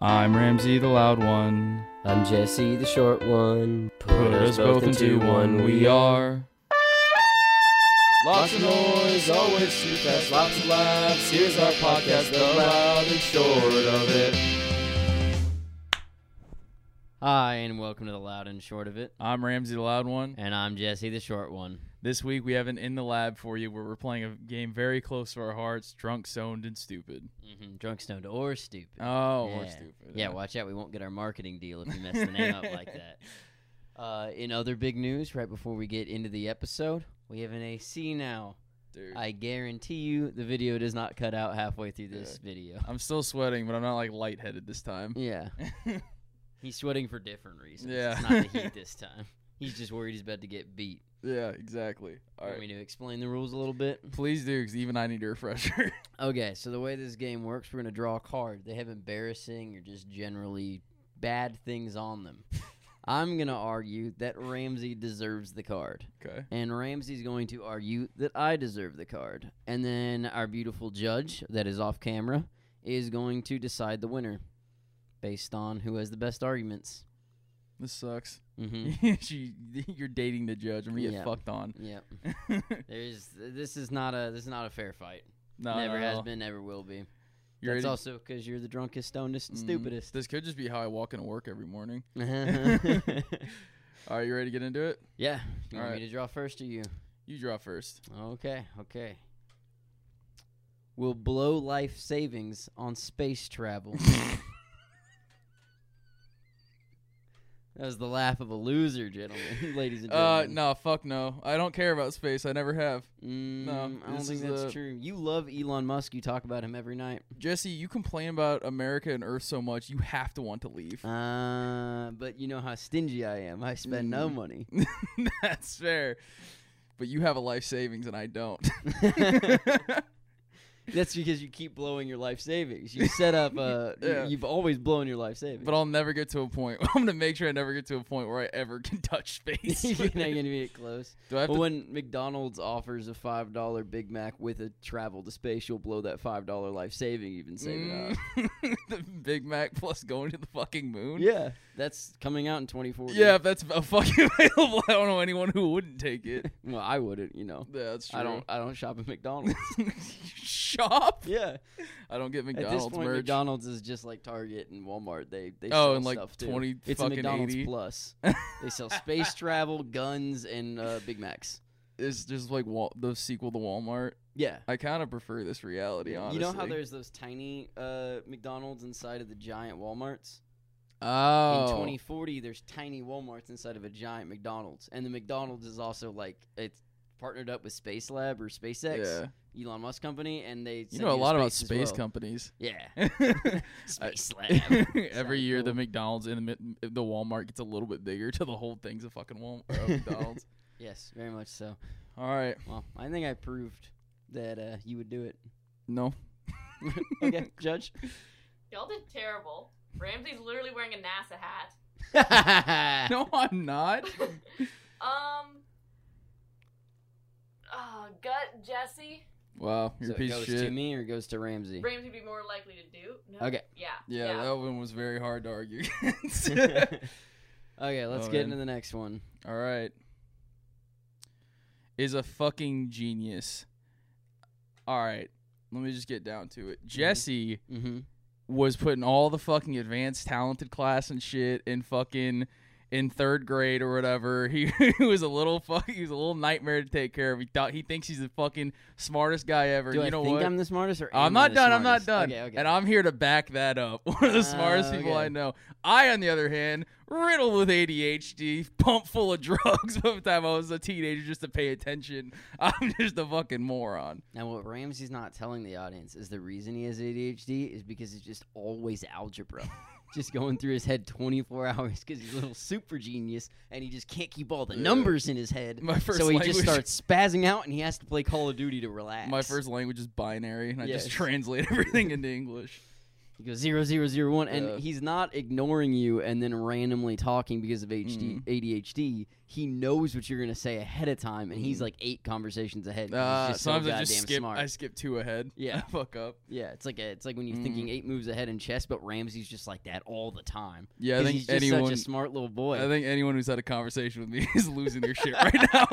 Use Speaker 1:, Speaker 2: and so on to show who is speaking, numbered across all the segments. Speaker 1: I'm Ramsey the loud one.
Speaker 2: I'm Jesse, the short one.
Speaker 1: Put us both into one, we are.
Speaker 2: Lots of noise, always too fast, lots of laughs. Here's our podcast, the loud and short of it.
Speaker 3: Hi, and welcome to the Loud and Short of It.
Speaker 1: I'm Ramsey the loud one.
Speaker 3: And I'm Jesse, the short one.
Speaker 1: This week we have an in the lab for you where we're playing a game very close to our hearts, drunk, zoned, and stupid.
Speaker 3: hmm Drunk, stoned, or stupid.
Speaker 1: Oh,
Speaker 3: yeah.
Speaker 1: we're stupid.
Speaker 3: Yeah, watch out. We won't get our marketing deal if you mess the name up like that. Uh, in other big news, right before we get into the episode, we have an AC now.
Speaker 1: Dude.
Speaker 3: I guarantee you the video does not cut out halfway through this video.
Speaker 1: I'm still sweating, but I'm not like lightheaded this time.
Speaker 3: Yeah. He's sweating for different reasons.
Speaker 1: Yeah.
Speaker 3: It's not the heat this time. He's just worried he's about to get beat.
Speaker 1: yeah, exactly. All
Speaker 3: Want
Speaker 1: right.
Speaker 3: me to explain the rules a little bit?
Speaker 1: Please do, because even I need a refresher.
Speaker 3: Okay, so the way this game works, we're gonna draw a card. They have embarrassing or just generally bad things on them. I'm gonna argue that Ramsey deserves the card,
Speaker 1: okay.
Speaker 3: and Ramsey's going to argue that I deserve the card, and then our beautiful judge that is off camera is going to decide the winner based on who has the best arguments.
Speaker 1: This sucks.
Speaker 3: Mm-hmm.
Speaker 1: she, you're dating the judge. I'm going to get
Speaker 3: Yeah. Mm-hmm.
Speaker 1: fucked on.
Speaker 3: yep.
Speaker 1: no,
Speaker 3: There's this is not a this is not a fair fight. never
Speaker 1: no,
Speaker 3: has
Speaker 1: no.
Speaker 3: been, never will be.
Speaker 1: You're
Speaker 3: That's
Speaker 1: ready?
Speaker 3: also because you're the drunkest, stonedest, and
Speaker 1: Mm,
Speaker 3: stupidest.
Speaker 1: This could just be how I walk into work every morning.
Speaker 3: yeah.
Speaker 1: All right, you ready to get into it?
Speaker 3: You
Speaker 1: All
Speaker 3: want
Speaker 1: right.
Speaker 3: me to draw first or you?
Speaker 1: You draw first.
Speaker 3: Okay, okay. Will blow life savings on space travel. that was the laugh of a loser, gentlemen, ladies and
Speaker 1: Uh,
Speaker 3: gentlemen.
Speaker 1: no, fuck no. I don't care about space. I never have.
Speaker 3: Mm, I don't
Speaker 1: this
Speaker 3: think
Speaker 1: is
Speaker 3: that's
Speaker 1: a-
Speaker 3: true. You love Elon Musk. You talk about him every night.
Speaker 1: Jesse, you complain about America and Earth so much, you have to want to leave.
Speaker 3: Uh, but you know how stingy I am. I spend no
Speaker 1: Mm.
Speaker 3: money.
Speaker 1: That's fair. But you have a life savings and I don't.
Speaker 3: That's because you keep blowing your life savings. You set up. Uh, you-
Speaker 1: Yeah.
Speaker 3: You've always blown your life savings.
Speaker 1: but I'll never get to a point. I'm gonna make sure I never get to a point where I ever can touch space.
Speaker 3: You're not gonna be close.
Speaker 1: Do I have
Speaker 3: But
Speaker 1: to?
Speaker 3: when McDonald's offers a five dollar Big Mac with a travel to space, you'll blow that five dollar life saving even save it up.
Speaker 1: Mm, the Big Mac plus going to the fucking moon.
Speaker 3: Yeah, that's coming out in 2040.
Speaker 1: Mm. Yeah, if that's a fucking available, I don't know anyone who wouldn't take it.
Speaker 3: Well, I wouldn't. You know,
Speaker 1: Yeah, that's true.
Speaker 3: I don't. I don't shop at McDonald's.
Speaker 1: shop.
Speaker 3: yeah.
Speaker 1: I don't get
Speaker 3: At this
Speaker 1: McDonald's
Speaker 3: point,
Speaker 1: merch.
Speaker 3: McDonald's is just like Target and Walmart. They they
Speaker 1: Oh,
Speaker 3: sell
Speaker 1: and, like,
Speaker 3: stuff too.
Speaker 1: 20
Speaker 3: It's a
Speaker 1: fucking
Speaker 3: McDonald's
Speaker 1: 80.
Speaker 3: plus. they sell space travel, guns, and uh, Big Macs.
Speaker 1: It's just like Wal- the sequel to Walmart.
Speaker 3: Yeah.
Speaker 1: I kind of prefer this reality, honestly.
Speaker 3: You know how there's those tiny uh, McDonald's inside of the giant Walmarts.
Speaker 1: oh
Speaker 3: In 2040, there's tiny Walmarts inside of a giant McDonald's, and the McDonald's is also like it's partnered up with Space Lab or SpaceX,
Speaker 1: Yeah,
Speaker 3: Elon Musk company, and they
Speaker 1: you
Speaker 3: send
Speaker 1: know a
Speaker 3: to
Speaker 1: lot about
Speaker 3: as
Speaker 1: space
Speaker 3: well.
Speaker 1: companies.
Speaker 3: Yeah, Space Lab.
Speaker 1: Every
Speaker 3: Sounds
Speaker 1: year, the
Speaker 3: cool.
Speaker 1: McDonald's and the, Mi- the Walmart gets a little bit bigger till the whole thing's a fucking Walmart. McDonald's.
Speaker 3: yes, very much so.
Speaker 1: All right,
Speaker 3: Well, I think I proved that uh, you would do it.
Speaker 1: no.
Speaker 3: okay, Judge.
Speaker 4: Y'all did terrible. Ramsey's literally wearing a NASA hat.
Speaker 1: No, I'm not.
Speaker 4: um. Uh, gut Jesse.
Speaker 1: Wow, you're
Speaker 3: So
Speaker 1: a
Speaker 3: it
Speaker 1: piece
Speaker 3: goes
Speaker 1: of
Speaker 3: to
Speaker 1: shit.
Speaker 3: me or it goes to Ramsey.
Speaker 4: Ramsey would be more likely to do. No?
Speaker 3: Okay.
Speaker 4: Yeah.
Speaker 1: Yeah, that one was very hard to argue against.
Speaker 3: okay, let's
Speaker 1: Oh,
Speaker 3: get
Speaker 1: man.
Speaker 3: into the next one.
Speaker 1: All right. Is a fucking genius. All right. Let me just get down to it. Jesse
Speaker 3: Mm-hmm.
Speaker 1: was putting all the fucking advanced talented class and shit in fucking in third grade or whatever. He, he was a little fucking he was a little nightmare to take care of. He thought he thinks he's the fucking smartest guy ever.
Speaker 3: Do
Speaker 1: you
Speaker 3: I
Speaker 1: know
Speaker 3: think
Speaker 1: what?
Speaker 3: I'm the smartest or
Speaker 1: I'm
Speaker 3: am I
Speaker 1: not
Speaker 3: the
Speaker 1: done. I'm not
Speaker 3: smartest?
Speaker 1: done.
Speaker 3: Okay, okay.
Speaker 1: And I'm here to back that up. One of the smartest
Speaker 3: Ah,
Speaker 1: people
Speaker 3: okay.
Speaker 1: I know. I, on the other hand, riddled with ADHD, pumped full of drugs by the time I was a teenager just to pay attention. I'm just a fucking moron.
Speaker 3: Now, what Ramsey's not telling the audience is the reason he has ADHD is because it's just always algebra. just going through his head 24 hours because he's a little super genius and he just can't keep all the
Speaker 1: Yeah.
Speaker 3: numbers in his head.
Speaker 1: My first
Speaker 3: so he
Speaker 1: language,
Speaker 3: just starts spazzing out and he has to play Call of Duty to relax.
Speaker 1: My first language is binary, and I just
Speaker 3: Yes.
Speaker 1: translate everything into English.
Speaker 3: He goes zero zero zero one,
Speaker 1: Yeah.
Speaker 3: and he's not ignoring you and then randomly talking because of HD,
Speaker 1: Mm-hmm.
Speaker 3: ADHD. He knows what you're gonna say ahead of time, and he's like eight conversations ahead. 'cause
Speaker 1: Uh,
Speaker 3: he's just so
Speaker 1: Mm-hmm. sometimes
Speaker 3: goddamn
Speaker 1: I just skip.
Speaker 3: smart.
Speaker 1: I skip two ahead.
Speaker 3: Yeah.
Speaker 1: I fuck up.
Speaker 3: yeah, it's like a, it's like when
Speaker 1: Mm-hmm.
Speaker 3: you're thinking eight moves ahead in chess, but Ramsey's just like that all the time.
Speaker 1: Yeah, I
Speaker 3: 'Cause
Speaker 1: think
Speaker 3: he's just
Speaker 1: anyone.
Speaker 3: such a smart little boy.
Speaker 1: I think anyone who's had a conversation with me is losing their shit right now.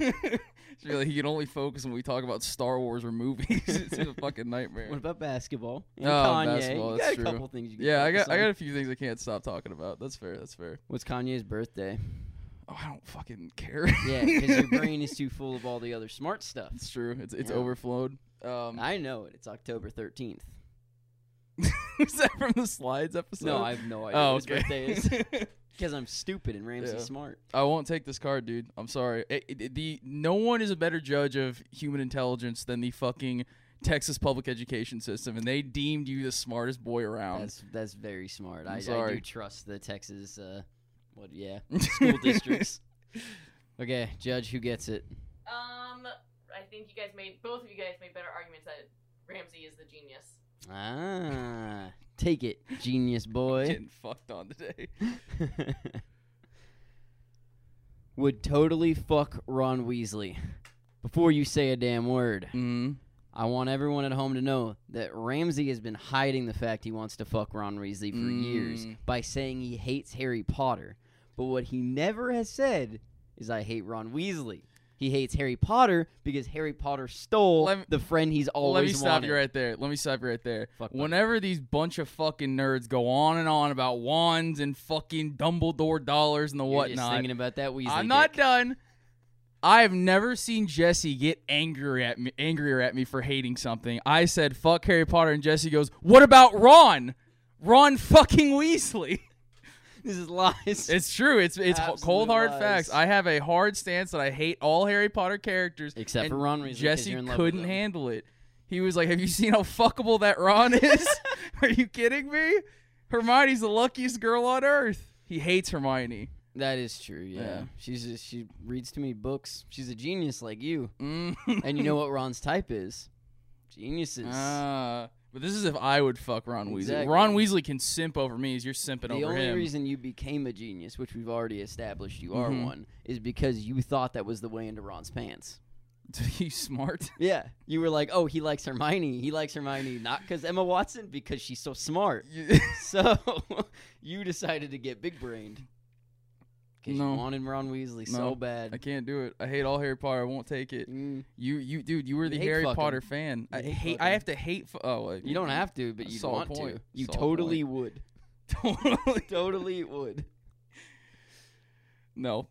Speaker 1: It's really, he can only focus when we talk about Star Wars or movies. It's a fucking
Speaker 3: what
Speaker 1: nightmare.
Speaker 3: about basketball? And
Speaker 1: Oh,
Speaker 3: Kanye.
Speaker 1: basketball,
Speaker 3: you
Speaker 1: that's
Speaker 3: got
Speaker 1: true.
Speaker 3: a couple things. You can
Speaker 1: Yeah, I got
Speaker 3: focus
Speaker 1: I
Speaker 3: on.
Speaker 1: got a few things I can't stop talking about. That's fair. That's fair.
Speaker 3: What's Kanye's birthday?
Speaker 1: Oh, I don't fucking care.
Speaker 3: yeah, because your brain is too full of all the other smart stuff.
Speaker 1: It's true. It's it's
Speaker 3: Yeah.
Speaker 1: overflowed. Um,
Speaker 3: I know it. It's October thirteenth.
Speaker 1: was that from the slides episode?
Speaker 3: No, I have no idea
Speaker 1: Oh,
Speaker 3: what
Speaker 1: okay.
Speaker 3: his birthday is. Because I'm stupid and Ramsey's
Speaker 1: Yeah.
Speaker 3: smart.
Speaker 1: I won't take this card, dude. I'm sorry. It- it- the no one is a better judge of human intelligence than the fucking Texas public education system, and they deemed you the smartest boy around.
Speaker 3: That's that's very smart. I, I do
Speaker 1: Um, sorry.
Speaker 3: trust the Texas, uh, what? Yeah, school districts. Okay, judge, who gets it?
Speaker 4: Um, I think you guys made both of you guys made better arguments that Ramsey is the genius.
Speaker 3: Ah, take it, genius boy.
Speaker 1: Getting fucked on today.
Speaker 3: Would totally fuck Ron Weasley. Before you say a damn word,
Speaker 1: Mm.
Speaker 3: I want everyone at home to know that Ramsey has been hiding the fact he wants to fuck Ron Weasley for years
Speaker 1: Mm.
Speaker 3: by saying he hates Harry Potter. But what he never has said is, I hate Ron Weasley. He hates Harry Potter because Harry Potter stole
Speaker 1: Let me-
Speaker 3: the friend he's always
Speaker 1: Let me stop
Speaker 3: wanted.
Speaker 1: you right there. Let me stop you right there.
Speaker 3: Fuck buddy.
Speaker 1: Whenever these bunch of fucking nerds go on and on about wands and fucking Dumbledore dollars and the
Speaker 3: You're just
Speaker 1: whatnot,
Speaker 3: thinking about that Weasley.
Speaker 1: I'm not
Speaker 3: dick.
Speaker 1: done. I have never seen Jesse get angry at me, angrier at me for hating something. I said fuck Harry Potter, and Jesse goes, "What about Ron? Ron fucking Weasley."
Speaker 3: This is lies.
Speaker 1: It's true. It's it's ho-
Speaker 3: Absolute
Speaker 1: cold hard
Speaker 3: lies.
Speaker 1: facts. I have a hard stance that I hate all Harry Potter characters
Speaker 3: Except
Speaker 1: and
Speaker 3: for Ron Weasley. 'cause
Speaker 1: Jesse
Speaker 3: you're in love with
Speaker 1: couldn't
Speaker 3: him.
Speaker 1: handle it. He was like, "Have you seen how fuckable that Ron is? Are you kidding me? Hermione's the luckiest girl on earth. He hates Hermione.
Speaker 3: That is true. Yeah,
Speaker 1: Yeah.
Speaker 3: she's just, she reads too many books. She's a genius like you.
Speaker 1: Mm.
Speaker 3: and you know what Ron's type is? Geniuses.
Speaker 1: Ah, but this is if I would fuck Ron Weasley.
Speaker 3: Exactly.
Speaker 1: Ron Weasley can simp over me as you're simping
Speaker 3: the
Speaker 1: over
Speaker 3: only
Speaker 1: him.
Speaker 3: reason you became a genius, which we've already established you are
Speaker 1: Mhm.
Speaker 3: one, is because you thought that was the way into Ron's pants.
Speaker 1: He's smart.
Speaker 3: Yeah, you were like, "Oh, he likes Hermione. He likes Hermione not because Emma Watson, because she's so smart." So you decided to get big brained because
Speaker 1: No.
Speaker 3: you wanted Ron Weasley
Speaker 1: No,
Speaker 3: so bad.
Speaker 1: I can't do it. I hate all Harry Potter. I won't take it.
Speaker 3: Mm,
Speaker 1: You, you, dude, you were
Speaker 3: You
Speaker 1: the
Speaker 3: hate
Speaker 1: Harry
Speaker 3: fucking.
Speaker 1: Potter fan. I
Speaker 3: You
Speaker 1: hate.
Speaker 3: hate
Speaker 1: I
Speaker 3: fucking.
Speaker 1: have to hate. F- oh, like,
Speaker 3: you don't have to, but
Speaker 1: I
Speaker 3: you
Speaker 1: saw a
Speaker 3: want to.
Speaker 1: point.
Speaker 3: You
Speaker 1: Saw a
Speaker 3: totally would. Oh,
Speaker 1: Totally.
Speaker 3: Totally would.
Speaker 1: No.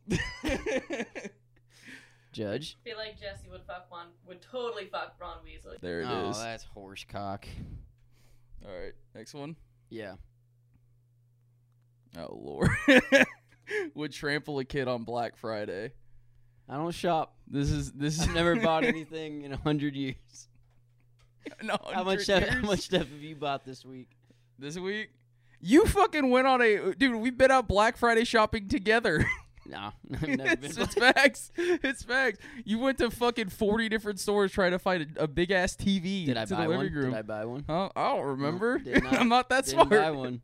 Speaker 3: Judge.
Speaker 4: I feel like Jesse would fuck Ron would totally fuck Ron Weasley.
Speaker 1: there it is.
Speaker 3: oh, that's horse cock.
Speaker 1: All right, next one.
Speaker 3: Yeah.
Speaker 1: Oh lord. Would trample a kid on Black Friday.
Speaker 3: I don't shop.
Speaker 1: This is this is
Speaker 3: I've never bought anything in a hundred years.
Speaker 1: no,
Speaker 3: How much? Stuff,
Speaker 1: 100
Speaker 3: how
Speaker 1: years.
Speaker 3: much stuff have you bought this week?
Speaker 1: this week. You fucking went on a dude. We've been out Black Friday shopping together.
Speaker 3: Nah, I've never been.
Speaker 1: it's, it's facts. It's facts. You went to fucking forty different stores trying to find a, a big ass TV
Speaker 3: Did
Speaker 1: to
Speaker 3: I
Speaker 1: the
Speaker 3: buy
Speaker 1: living
Speaker 3: one?
Speaker 1: room.
Speaker 3: Did I buy one?
Speaker 1: huh? I don't remember.
Speaker 3: did not-
Speaker 1: I'm not that
Speaker 3: Didn't
Speaker 1: smart.
Speaker 3: buy one.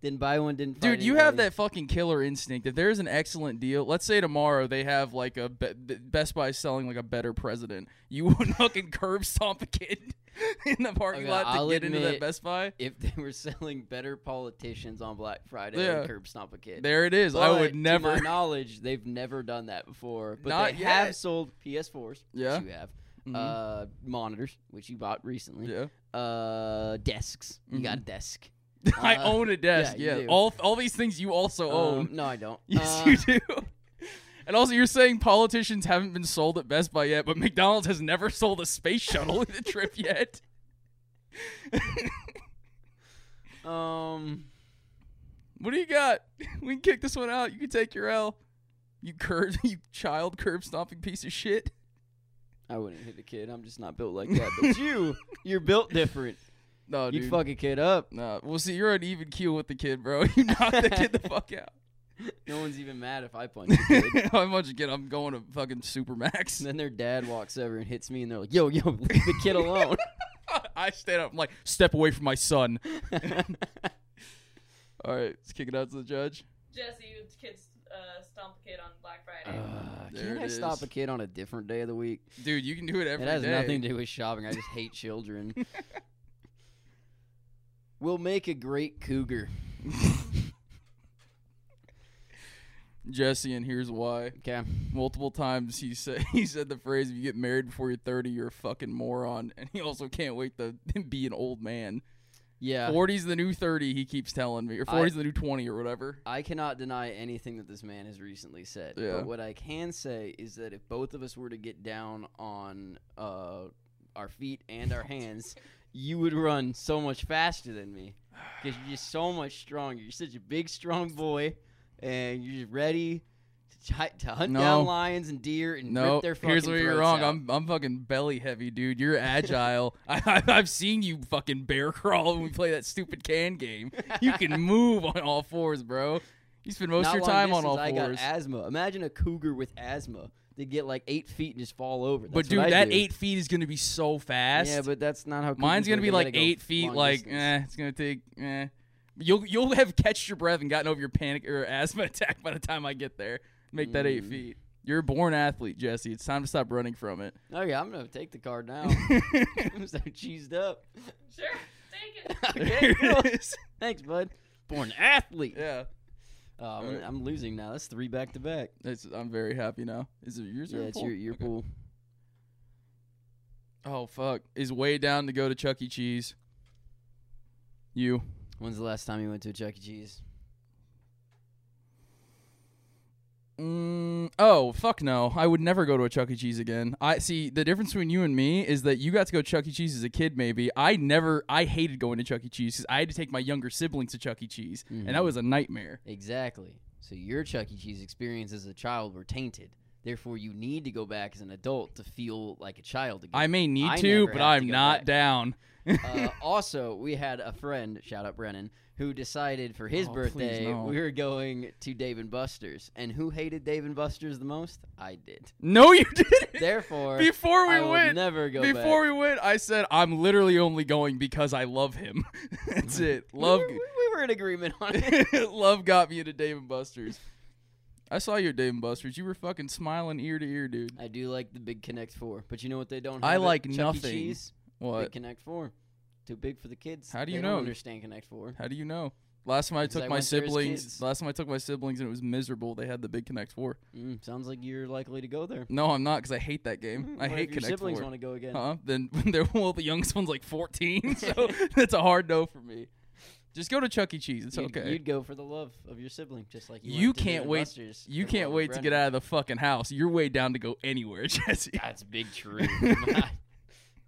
Speaker 3: Didn't buy one. Didn't.
Speaker 1: Dude,
Speaker 3: find
Speaker 1: you have
Speaker 3: anybody.
Speaker 1: that fucking killer instinct. If there's an excellent deal, let's say tomorrow they have like a be- the Best Buy is selling like a better president, you would fucking curb stomp a kid in the parking
Speaker 3: Okay,
Speaker 1: lot to
Speaker 3: I'll
Speaker 1: get into that
Speaker 3: admit-
Speaker 1: Best Buy.
Speaker 3: If they were selling better politicians on Black Friday,
Speaker 1: Yeah.
Speaker 3: and curb stomp a kid.
Speaker 1: There it is. I
Speaker 3: But
Speaker 1: would
Speaker 3: To
Speaker 1: never.
Speaker 3: my knowledge, they've never done that before. But
Speaker 1: Not
Speaker 3: they
Speaker 1: yet.
Speaker 3: have sold PS4s.
Speaker 1: Yeah.
Speaker 3: Which you have.
Speaker 1: Mhm.
Speaker 3: Uh, monitors, which you bought recently.
Speaker 1: yeah.
Speaker 3: Uh, desks. You got a desk.
Speaker 1: I
Speaker 3: Uh,
Speaker 1: own a desk.
Speaker 3: yeah,
Speaker 1: Yeah,
Speaker 3: you do.
Speaker 1: all all these things you also
Speaker 3: Um,
Speaker 1: own.
Speaker 3: no, I don't.
Speaker 1: Yes,
Speaker 3: Uh,
Speaker 1: you do. And also, you're saying politicians haven't been sold at Best Buy yet, but McDonald's has never sold a space shuttle in the trip yet.
Speaker 3: Um,
Speaker 1: What do you got? We can kick this one out. You can take your L. You curb, you child curb stomping piece of shit.
Speaker 3: I wouldn't hit a kid. I'm just not built like that. But you, you're built different.
Speaker 1: No,
Speaker 3: You'd
Speaker 1: Oh, dude.
Speaker 3: fuck a kid up.
Speaker 1: Nah, well, see, you're an even keel with the kid, bro. You knock the kid the fuck out.
Speaker 3: No one's even mad if I punch a kid.
Speaker 1: I'm about to get. I'm going to fucking Supermax.
Speaker 3: And then their dad walks over and hits me, and they're like, "Yo, yo, leave the kid alone."
Speaker 1: I stand up. I'm like, step away from my son. All right, let's kick it out to the judge.
Speaker 4: Jesse, the kids uh, stomp a kid on Black
Speaker 3: Uh.
Speaker 4: Friday.
Speaker 3: Ugh,
Speaker 1: There
Speaker 3: can't
Speaker 1: it
Speaker 3: I stop
Speaker 1: is.
Speaker 3: a kid on a different day of the week?
Speaker 1: Dude, you can do it every
Speaker 3: it has
Speaker 1: day.
Speaker 3: nothing to do with shopping. I just hate children. we'll make a great cougar.
Speaker 1: Jesse, and here's why.
Speaker 3: Okay.
Speaker 1: Multiple times he said he said the phrase, "If you get married before you're 30, you're a fucking moron." And he also can't wait to be an old man.
Speaker 3: Yeah.
Speaker 1: 40's the new 30. He keeps telling me, or
Speaker 3: I-
Speaker 1: 40's the new 20, or whatever.
Speaker 3: I cannot deny anything that this man has recently said.
Speaker 1: Yeah.
Speaker 3: But what I can say is that if both of us were to get down on uh, our feet and our hands, you would run so much faster than me because you're just so much stronger. You're such a big, strong boy, and you're just ready to, hi- to hunt
Speaker 1: No.
Speaker 3: down lions and deer and
Speaker 1: No,
Speaker 3: rip their fucking
Speaker 1: here's where you're
Speaker 3: throats
Speaker 1: wrong.
Speaker 3: out.
Speaker 1: I'm I'm fucking belly heavy, dude. You're agile. I, I, I've seen you fucking bear crawl when we play that stupid can game. You can move on all fours, bro. You spend most
Speaker 3: Not
Speaker 1: of your
Speaker 3: long
Speaker 1: time on
Speaker 3: distance,
Speaker 1: all
Speaker 3: I got
Speaker 1: fours.
Speaker 3: asthma. Imagine a cougar with asthma. They get like eight feet and just fall over.
Speaker 1: but
Speaker 3: That's
Speaker 1: dude,
Speaker 3: what I
Speaker 1: that
Speaker 3: do.
Speaker 1: eight feet is gonna be so fast.
Speaker 3: Yeah, but that's not how.
Speaker 1: mine's
Speaker 3: cougars
Speaker 1: gonna
Speaker 3: are.
Speaker 1: be
Speaker 3: They
Speaker 1: like
Speaker 3: gotta go
Speaker 1: eight feet.
Speaker 3: long
Speaker 1: Like,
Speaker 3: distance.
Speaker 1: eh, it's gonna take. Eh. You'll you'll have catched your breath and gotten over your panic or asthma attack by the time I get there. Make that eight
Speaker 3: Mm.
Speaker 1: feet. You're a born athlete, Jesse. It's time to stop running from it.
Speaker 3: Oh yeah, I'm gonna take the card now. I'm so cheesed up.
Speaker 4: Sure, take it.
Speaker 3: okay,
Speaker 1: There
Speaker 3: cool.
Speaker 1: it is.
Speaker 3: thanks, bud. Born athlete.
Speaker 1: Yeah.
Speaker 3: Oh, I'm, I'm losing now. That's three back to back.
Speaker 1: It's, I'm very happy now. Is it yours
Speaker 3: Yeah,
Speaker 1: or
Speaker 3: it's
Speaker 1: pool?
Speaker 3: your your
Speaker 1: Okay.
Speaker 3: pool.
Speaker 1: Oh fuck, is way down to go to Chuck E. Cheese. You
Speaker 3: When's the last time you went to a Chuck E. Cheese?
Speaker 1: Mm, oh fuck no! I would never go to a Chuck E. Cheese again. I see the difference between you and me is that you got to go Chuck E. Cheese as a kid. Maybe I never. I hated going to Chuck E. Cheese because I had to take my younger siblings to Chuck E. Cheese, and that
Speaker 3: Mhm.
Speaker 1: was a nightmare.
Speaker 3: Exactly. So your Chuck E. Cheese experience as a child were tainted. Therefore, you need to go back as an adult to feel like a child again.
Speaker 1: I may need
Speaker 3: I
Speaker 1: to,
Speaker 3: never
Speaker 1: but
Speaker 3: have to
Speaker 1: I'm
Speaker 3: go
Speaker 1: not
Speaker 3: back.
Speaker 1: down.
Speaker 3: uh, also, we had a friend, shout out Brennan, who decided for his
Speaker 1: Oh, please,
Speaker 3: birthday
Speaker 1: no.
Speaker 3: we were going to Dave and Buster's. And who hated Dave and Buster's the most? I did.
Speaker 1: No, you didn't.
Speaker 3: Therefore,
Speaker 1: Before we
Speaker 3: I will
Speaker 1: went,
Speaker 3: never go
Speaker 1: Before
Speaker 3: back.
Speaker 1: we went, I said I'm literally only going because I love him.
Speaker 3: Mm.
Speaker 1: That's it. Love,
Speaker 3: we were, we were in agreement on it.
Speaker 1: love got me into Dave and Buster's. I saw you at Dave and Buster's. You were fucking smiling ear to ear, dude.
Speaker 3: I do like the Big Connect Four, but you know what they don't.
Speaker 1: I
Speaker 3: Have at
Speaker 1: like
Speaker 3: Chuck E.
Speaker 1: nothing.
Speaker 3: Cheese? Big
Speaker 1: What?
Speaker 3: Connect Four, too big for the kids.
Speaker 1: How do you
Speaker 3: They don't
Speaker 1: know?
Speaker 3: understand Connect Four.
Speaker 1: How do you know? Last time I
Speaker 3: Because
Speaker 1: took
Speaker 3: I
Speaker 1: my
Speaker 3: went there as
Speaker 1: siblings,
Speaker 3: kids.
Speaker 1: last time I took my siblings and it was miserable. They had the big Connect Four.
Speaker 3: Mm, sounds like you're likely to go there.
Speaker 1: No, I'm not because I hate that game.
Speaker 3: Mm,
Speaker 1: I hate
Speaker 3: what if your
Speaker 1: Connect
Speaker 3: siblings
Speaker 1: Four. Oh,
Speaker 3: want to go again.
Speaker 1: Huh? Then they're well, the youngest one's like 14, so that's a hard no for me. Just go to Chuck E. Cheese. It's
Speaker 3: you'd,
Speaker 1: okay.
Speaker 3: You'd go for the love of your sibling, just like you.
Speaker 1: You
Speaker 3: went to Dave
Speaker 1: can't
Speaker 3: and
Speaker 1: wait-
Speaker 3: Buster's
Speaker 1: you
Speaker 3: for
Speaker 1: can't
Speaker 3: love of
Speaker 1: wait to get
Speaker 3: Brendan.
Speaker 1: out of the fucking house. You're way down to go anywhere, Jesse.
Speaker 3: That's big true.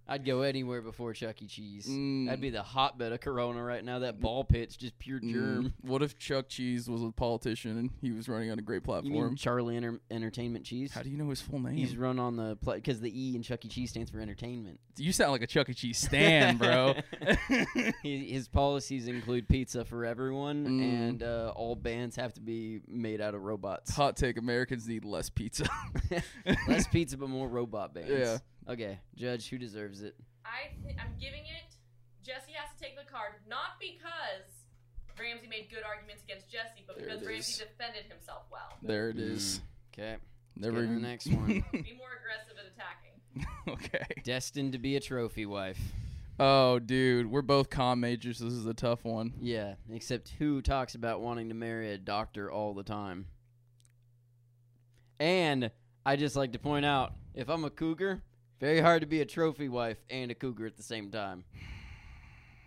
Speaker 3: I'd go anywhere before Chuck E. Cheese.
Speaker 1: Mm.
Speaker 3: That'd be the hotbed of Corona right now. That ball pit's just pure germ.
Speaker 1: Mm, What if Chuck Cheese was a politician and he was running on a great
Speaker 3: You
Speaker 1: platform?
Speaker 3: mean Charlie Enter- Entertainment Cheese?
Speaker 1: How do you know his full name?
Speaker 3: He's run on the because the E in Chuck E. Cheese stands for entertainment.
Speaker 1: you sound like a Chuck E. Cheese stan, bro.
Speaker 3: He, his policies include pizza for everyone,
Speaker 1: Mm.
Speaker 3: and uh, all bands have to be made out of robots.
Speaker 1: Hot take: Americans need less pizza.
Speaker 3: Less pizza, but more robot bands.
Speaker 1: Yeah.
Speaker 3: Okay, judge who deserves it.
Speaker 4: I th- I'm giving it. Jesse has to take the card, not because Ramsey made good arguments against Jesse, but
Speaker 1: There
Speaker 4: because
Speaker 1: it
Speaker 4: Ramsey
Speaker 1: is.
Speaker 4: defended himself well.
Speaker 1: there it is.
Speaker 3: Okay,
Speaker 1: Never
Speaker 3: Mm. get on
Speaker 1: even
Speaker 3: the next one.
Speaker 4: Be more aggressive at attacking.
Speaker 1: okay.
Speaker 3: destined to be a trophy wife.
Speaker 1: Oh, dude, we're both com majors. This is a tough one.
Speaker 3: Yeah, except who talks about wanting to marry a doctor all the time? And I just like to point out if I'm a cougar, very hard to be a trophy wife and a cougar at the same time.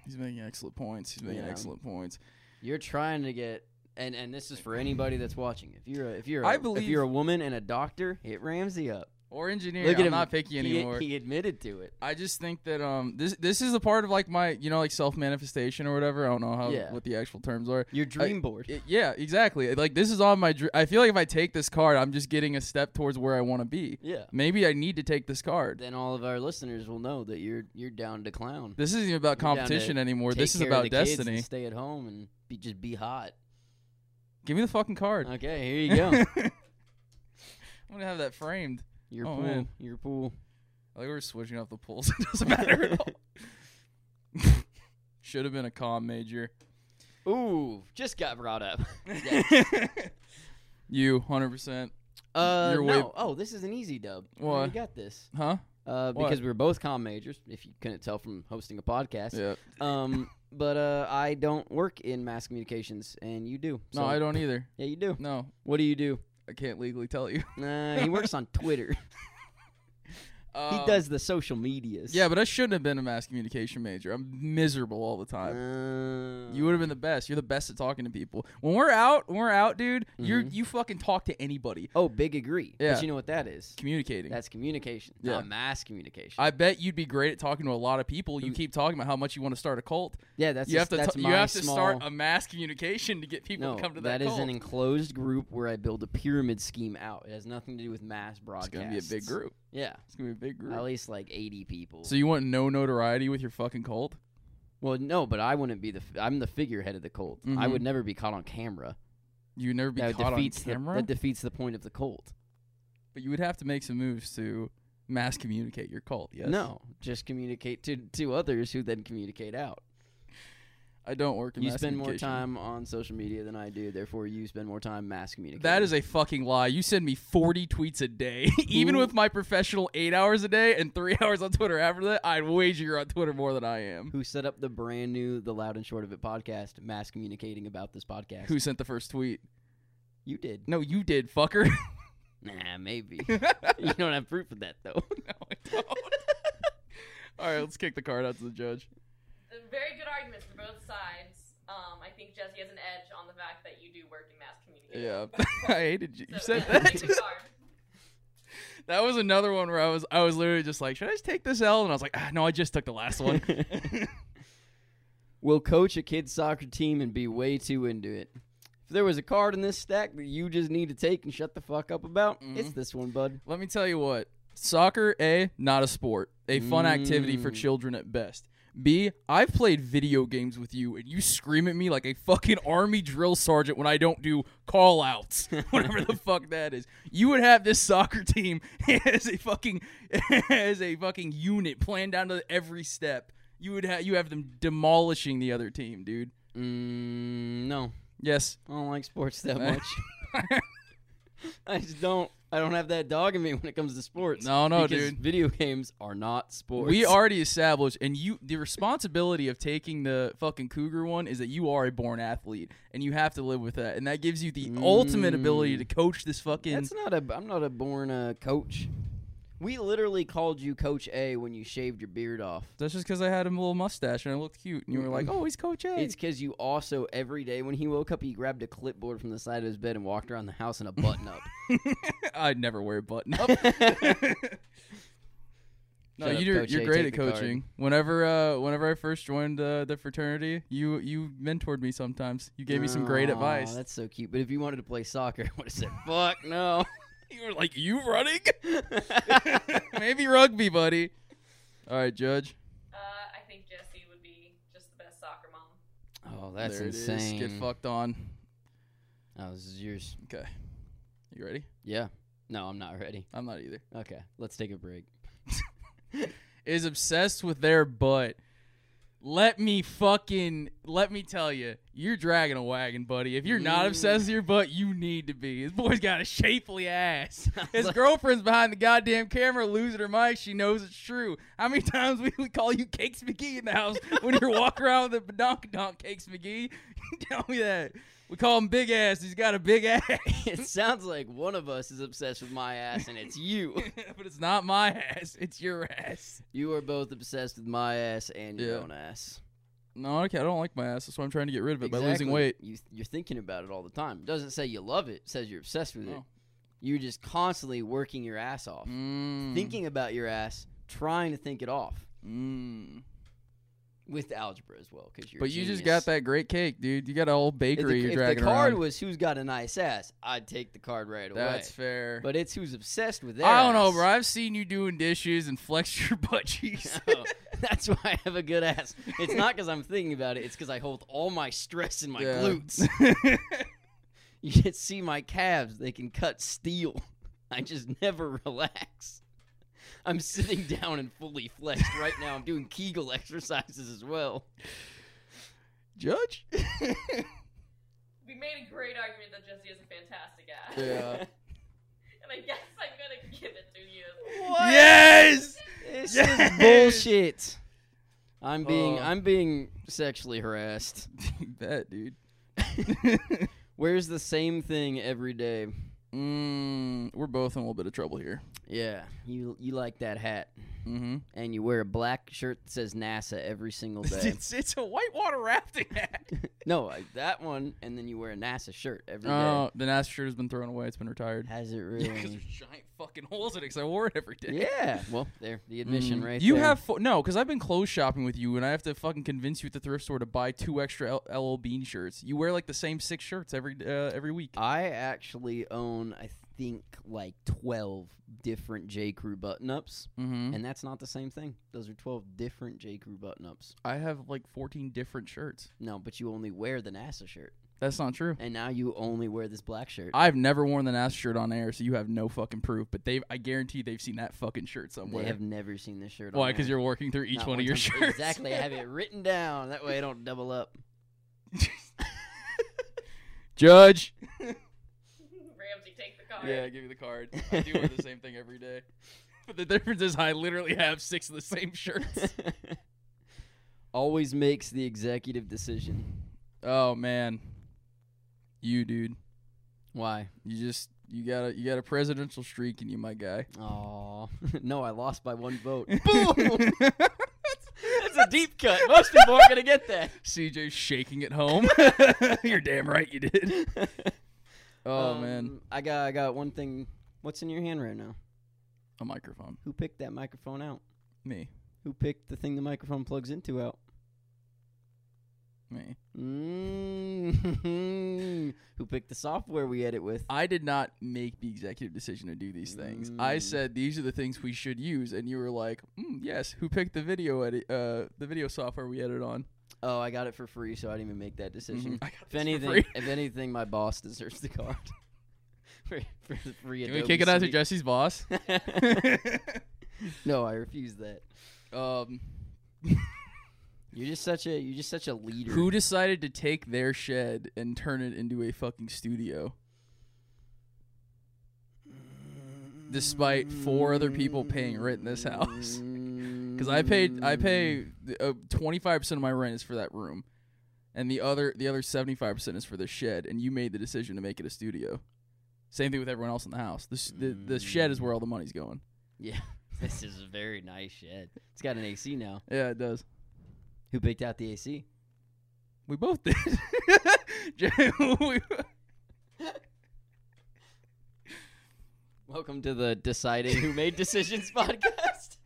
Speaker 1: He's making excellent points. He's making
Speaker 3: Yeah.
Speaker 1: excellent points.
Speaker 3: You're trying to get and and this is for anybody that's watching. If you're a, if you're a,
Speaker 1: I
Speaker 3: if
Speaker 1: believe-
Speaker 3: you're a woman and a doctor, hit Ramsey up.
Speaker 1: Or engineer.
Speaker 3: Look at
Speaker 1: I'm
Speaker 3: him.
Speaker 1: not picky
Speaker 3: He-
Speaker 1: anymore.
Speaker 3: He, admitted to it.
Speaker 1: I just think that um this this is a part of like my you know like self manifestation or whatever. I don't know how
Speaker 3: Yeah.
Speaker 1: what the actual terms are.
Speaker 3: Your dream board.
Speaker 1: It- yeah, exactly. Like this is on my. Dr- I feel like if I take this card, I'm just getting a step towards where I want to be.
Speaker 3: yeah.
Speaker 1: Maybe I need to take this card.
Speaker 3: Then all of our listeners will know that you're you're down to clown.
Speaker 1: This isn't even about
Speaker 3: You're down to
Speaker 1: competition anymore.
Speaker 3: Take
Speaker 1: This is
Speaker 3: care of
Speaker 1: about
Speaker 3: the kids and
Speaker 1: destiny.
Speaker 3: stay at home and be, just be hot.
Speaker 1: Give me the fucking card.
Speaker 3: Okay, here you go.
Speaker 1: I'm gonna have that framed.
Speaker 3: Your
Speaker 1: Oh,
Speaker 3: pool.
Speaker 1: man.
Speaker 3: Your pool.
Speaker 1: Like we're switching off the pulls. it doesn't matter at all. Should have been a comm major.
Speaker 3: Ooh, just got brought up.
Speaker 1: you, 100%.
Speaker 3: Uh,
Speaker 1: You're
Speaker 3: no.
Speaker 1: way-
Speaker 3: Oh, this is an easy dub. I
Speaker 1: What?
Speaker 3: already got this.
Speaker 1: Huh?
Speaker 3: Uh,
Speaker 1: What?
Speaker 3: because we were both comm majors, if you couldn't tell from hosting a podcast.
Speaker 1: Yeah.
Speaker 3: Um, but uh, I don't work in mass communications, and you do.
Speaker 1: No,
Speaker 3: so-
Speaker 1: I don't either.
Speaker 3: Yeah, you do.
Speaker 1: No,
Speaker 3: What do you do?
Speaker 1: I can't legally tell you.
Speaker 3: Uh, he works on Twitter. he
Speaker 1: Um,
Speaker 3: does the social medias.
Speaker 1: Yeah, but I shouldn't have been a mass communication major. I'm miserable all the time.
Speaker 3: Uh,
Speaker 1: You would have been the best. You're the best at talking to people. When we're out, when we're out, dude, you're
Speaker 3: Mhm.
Speaker 1: you fucking talk to anybody.
Speaker 3: Oh, big agree.
Speaker 1: Yeah.
Speaker 3: But you know what that is?
Speaker 1: Communicating.
Speaker 3: That's communication,
Speaker 1: Yeah.
Speaker 3: not mass communication.
Speaker 1: I bet you'd be great at talking to a lot of people. You keep talking about how much you want to start a cult.
Speaker 3: yeah, Mm. that's
Speaker 1: you have to
Speaker 3: that's
Speaker 1: t-
Speaker 3: my
Speaker 1: you have to
Speaker 3: small,
Speaker 1: start a mass communication to get people
Speaker 3: no,
Speaker 1: to come to
Speaker 3: that
Speaker 1: that.
Speaker 3: is
Speaker 1: cult.
Speaker 3: an enclosed group where I build a pyramid scheme out. It has nothing to do with mass
Speaker 1: It's
Speaker 3: broadcast.
Speaker 1: gonna be a big group.
Speaker 3: Yeah,
Speaker 1: It's gonna be a big group.
Speaker 3: at least like eighty people.
Speaker 1: So you want no notoriety with your fucking cult?
Speaker 3: well, no, but I wouldn't be the. F- I'm the figurehead of the cult. I
Speaker 1: Mhm.
Speaker 3: would never be caught on camera.
Speaker 1: You would never be
Speaker 3: that
Speaker 1: caught on
Speaker 3: defeats
Speaker 1: camera,
Speaker 3: The, that defeats the point of the cult.
Speaker 1: but you would have to make some moves to mass communicate your cult. Yes.
Speaker 3: No, just communicate to to others who then communicate out.
Speaker 1: I don't work. in
Speaker 3: You
Speaker 1: mass
Speaker 3: spend more
Speaker 1: communication.
Speaker 3: time on social media than I do, therefore you spend more time mass communicating.
Speaker 1: That is a fucking lie. You send me 40 tweets a day. Even
Speaker 3: Who-
Speaker 1: with my professional eight hours a day and three hours on Twitter after that, I'd wager you're on Twitter more than I am.
Speaker 3: who set up the brand new The Loud and Short of It podcast, mass communicating about this podcast.
Speaker 1: Who sent the first tweet?
Speaker 3: you did?
Speaker 1: No, you did, fucker.
Speaker 3: Nah, maybe.
Speaker 1: no,
Speaker 3: you don't have proof of that though.
Speaker 1: I don't. All right, let's kick the card out to the judge.
Speaker 4: They're Uh, Very good arguments for both sides. Um, I think Jesse has an edge on the fact that you do work in mass communication.
Speaker 1: Yeah, I hated you. You
Speaker 4: So,
Speaker 1: said
Speaker 4: take the
Speaker 1: that.
Speaker 4: card.
Speaker 1: That was another one where I was, I was literally just like, should I just take this L? And I was like, ah, no, I just took the last one.
Speaker 3: Will coach a kid's soccer team and be way too into it. If there was a card in this stack that you just need to take and shut the fuck up about, it's this one, bud.
Speaker 1: Let me tell you what. Soccer, A, not a sport, a fun activity for
Speaker 3: Mm.
Speaker 1: children at best. B, I've played video games with you and you scream at me like a fucking army drill sergeant when I don't do call outs, whatever the fuck that is. You would have this soccer team as a fucking as a fucking unit planned down to every step. You would have you have them demolishing the other team, dude.
Speaker 3: Mm, no,
Speaker 1: Yes.
Speaker 3: I don't like sports that
Speaker 1: Eh?
Speaker 3: much. I just don't. I don't have that dog in me when it comes to sports.
Speaker 1: No, no,
Speaker 3: because
Speaker 1: dude.
Speaker 3: Video games are not sports.
Speaker 1: We already established, and you the responsibility of taking the fucking cougar one is that you are a born athlete, and you have to live with that, and that gives you the ultimate ability to coach this fucking.
Speaker 3: That's not a. I'm not a born uh, coach. We literally called you Coach A when you shaved your beard off.
Speaker 1: That's just because I had a little mustache and I looked cute, and you were like, "Oh, he's Coach A."
Speaker 3: It's because you also every day when he woke up, he grabbed a clipboard from the side of his bed and walked around the house in a button up.
Speaker 1: I'd never wear a button up. No,
Speaker 3: Shut up,
Speaker 1: you're
Speaker 3: Coach
Speaker 1: you're
Speaker 3: A,
Speaker 1: great at
Speaker 3: take the card.
Speaker 1: coaching. Whenever uh, whenever I first joined uh, the fraternity, you you mentored me sometimes. You gave me some great
Speaker 3: Aw,
Speaker 1: advice.
Speaker 3: That's so cute. But if you wanted to play soccer, I would have said, "Fuck no."
Speaker 1: You were like, "You running? Maybe rugby, buddy." All right, Judge.
Speaker 4: Uh, I think Jesse would be just the best soccer mom.
Speaker 3: Oh, that's
Speaker 1: There it is.
Speaker 3: insane.
Speaker 1: Get fucked on.
Speaker 3: Oh, this is yours.
Speaker 1: Okay. You ready?
Speaker 3: Yeah. No, I'm not ready.
Speaker 1: I'm not either.
Speaker 3: Okay, let's take a break.
Speaker 1: Is obsessed with their butt. Let me fucking let me tell you, you're dragging a wagon, buddy. If you're not
Speaker 3: Mm.
Speaker 1: obsessed with your butt, you need to be. This boy's got a shapely ass. His
Speaker 3: like-
Speaker 1: girlfriend's behind the goddamn camera losing her mind. She knows it's true. How many times we, we call you Cakes McGee in the house when you're walking around with a donk donk Cakes McGee? tell me that. We call him Big Ass. He's got a big ass.
Speaker 3: it sounds like one of us is obsessed with my ass, and it's you.
Speaker 1: but it's not my ass. It's your ass.
Speaker 3: You are both obsessed with my ass and your
Speaker 1: Yeah.
Speaker 3: own ass.
Speaker 1: No, okay. I don't like my ass. That's why I'm trying to get rid of it by losing
Speaker 3: Exactly.
Speaker 1: weight.
Speaker 3: You, you're thinking about it all the time. It doesn't say you love it. It says you're obsessed with it.
Speaker 1: No.
Speaker 3: You're just constantly working your ass off,
Speaker 1: Mm.
Speaker 3: thinking about your ass, trying to think it off
Speaker 1: Mm.
Speaker 3: with algebra as well. Because you're.
Speaker 1: But
Speaker 3: a
Speaker 1: you just
Speaker 3: genius.
Speaker 1: got that great cake, dude. You got an old
Speaker 3: If
Speaker 1: bakery
Speaker 3: the,
Speaker 1: you're
Speaker 3: if
Speaker 1: dragging
Speaker 3: the card
Speaker 1: around.
Speaker 3: was who's got a nice ass, I'd take the card right away.
Speaker 1: That's fair.
Speaker 3: But it's who's obsessed with their
Speaker 1: I don't know,
Speaker 3: ass.
Speaker 1: bro. I've seen you doing dishes and flex your butt cheeks.
Speaker 3: Oh, that's why I have a good ass. It's not because I'm thinking about it. It's because I hold all my stress in my
Speaker 1: Yeah.
Speaker 3: glutes. You can see my calves. They can cut steel. I just never relax. I'm sitting down and fully flexed right now. I'm doing Kegel exercises as well.
Speaker 1: Judge?
Speaker 4: We made a great argument that Jesse is a fantastic ass.
Speaker 2: Yeah.
Speaker 4: And I guess I'm gonna give it to you.
Speaker 1: Yes!
Speaker 3: This
Speaker 1: Yes!
Speaker 3: is bullshit. I'm being
Speaker 1: Oh.
Speaker 3: I'm being sexually harassed.
Speaker 1: Bet, dude.
Speaker 3: Where's the same thing every day?
Speaker 1: mm, we're both in a little bit of trouble here.
Speaker 3: Yeah, you you like that hat,
Speaker 1: Mm-hmm.
Speaker 3: and you wear a black shirt that says NASA every single day.
Speaker 1: It's, it's a whitewater rafting hat.
Speaker 3: no, I- that one, and then you wear a NASA shirt every
Speaker 1: Oh,
Speaker 3: day.
Speaker 1: the NASA shirt has been thrown away. It's been retired.
Speaker 3: Has it
Speaker 1: Because
Speaker 3: really?
Speaker 1: there's giant fucking holes in it because I wore it every day.
Speaker 3: yeah. Well, there, the admission
Speaker 1: Mm.
Speaker 3: right
Speaker 1: You
Speaker 3: there.
Speaker 1: have fo- no, because I've been clothes shopping with you, and I have to fucking convince you at the thrift store to buy two extra L- LL Bean shirts. You wear like the same six shirts every uh, every week.
Speaker 3: I actually own, I think, like twelve different J Crew button ups,
Speaker 1: Mm-hmm.
Speaker 3: and that's not the same thing. Those are twelve different J Crew button ups.
Speaker 1: I have like 14 different shirts.
Speaker 3: No, but you only wear the NASA shirt,
Speaker 1: That's not true.
Speaker 3: and now you only wear this black shirt.
Speaker 1: I've never worn the NASA shirt on air, so you have no fucking proof. But they, I guarantee they've seen that fucking shirt
Speaker 3: they
Speaker 1: somewhere.
Speaker 3: have never seen this shirt.
Speaker 1: Why?
Speaker 3: on
Speaker 1: Because
Speaker 3: there.
Speaker 1: you're working through each
Speaker 3: Not
Speaker 1: one of your
Speaker 3: time-
Speaker 1: shirts.
Speaker 3: Exactly. I have it written down. That way I don't double up.
Speaker 1: Judge.
Speaker 4: Ramsey, take the card.
Speaker 1: Yeah, give me the card. I do wear the same thing every day. But the difference is I literally have six of the same shirts.
Speaker 3: Always makes the executive decision.
Speaker 1: oh man, you dude,
Speaker 3: Why?
Speaker 1: you just you got a you got a presidential streak in you, my guy.
Speaker 3: Oh no, I lost by one vote.
Speaker 1: That's
Speaker 3: That's a deep cut. Most people aren't gonna get that.
Speaker 1: CJ shaking at home. You're damn right you did. Oh
Speaker 3: Um,
Speaker 1: man,
Speaker 3: I got I got one thing. What's in your hand right now?
Speaker 1: a microphone.
Speaker 3: Who picked that microphone out?
Speaker 1: Me,
Speaker 3: Who picked the thing the microphone plugs into out?
Speaker 1: me.
Speaker 3: Mm. Who picked the software we edit with?
Speaker 1: I did not make the executive decision to do these things. I
Speaker 3: Mm.
Speaker 1: said these are the things we should use, and you were like, mm, "Yes." Who picked the video edit? Uh, the video software we edit on.
Speaker 3: Oh, I got it for free, so I didn't even make that decision.
Speaker 1: Mhm. I got this
Speaker 3: If
Speaker 1: for
Speaker 3: anything,
Speaker 1: free.
Speaker 3: if anything, my boss deserves the card. for, for the free
Speaker 1: Can we
Speaker 3: Adobe
Speaker 1: kick it out to
Speaker 3: suite.
Speaker 1: Jesse's boss?
Speaker 3: no, I refuse that.
Speaker 1: um,
Speaker 3: You're just such a you're just such a leader.
Speaker 1: who decided to take their shed and turn it into a fucking studio, despite four other people paying rent in this house? Because I paid,
Speaker 3: Mm.
Speaker 1: I pay twenty five percent of my rent is for that room, and the other the other seventy five percent is for the shed. And you made the decision to make it a studio. Same thing with everyone else in the house. The s- the, the shed is where all the money's going.
Speaker 3: Yeah, this is a very nice shed. It's got an AC now.
Speaker 1: Yeah, it does.
Speaker 3: Who picked out the AC?
Speaker 1: We both did. Jay- we-
Speaker 3: Welcome to the deciding who made decisions podcast.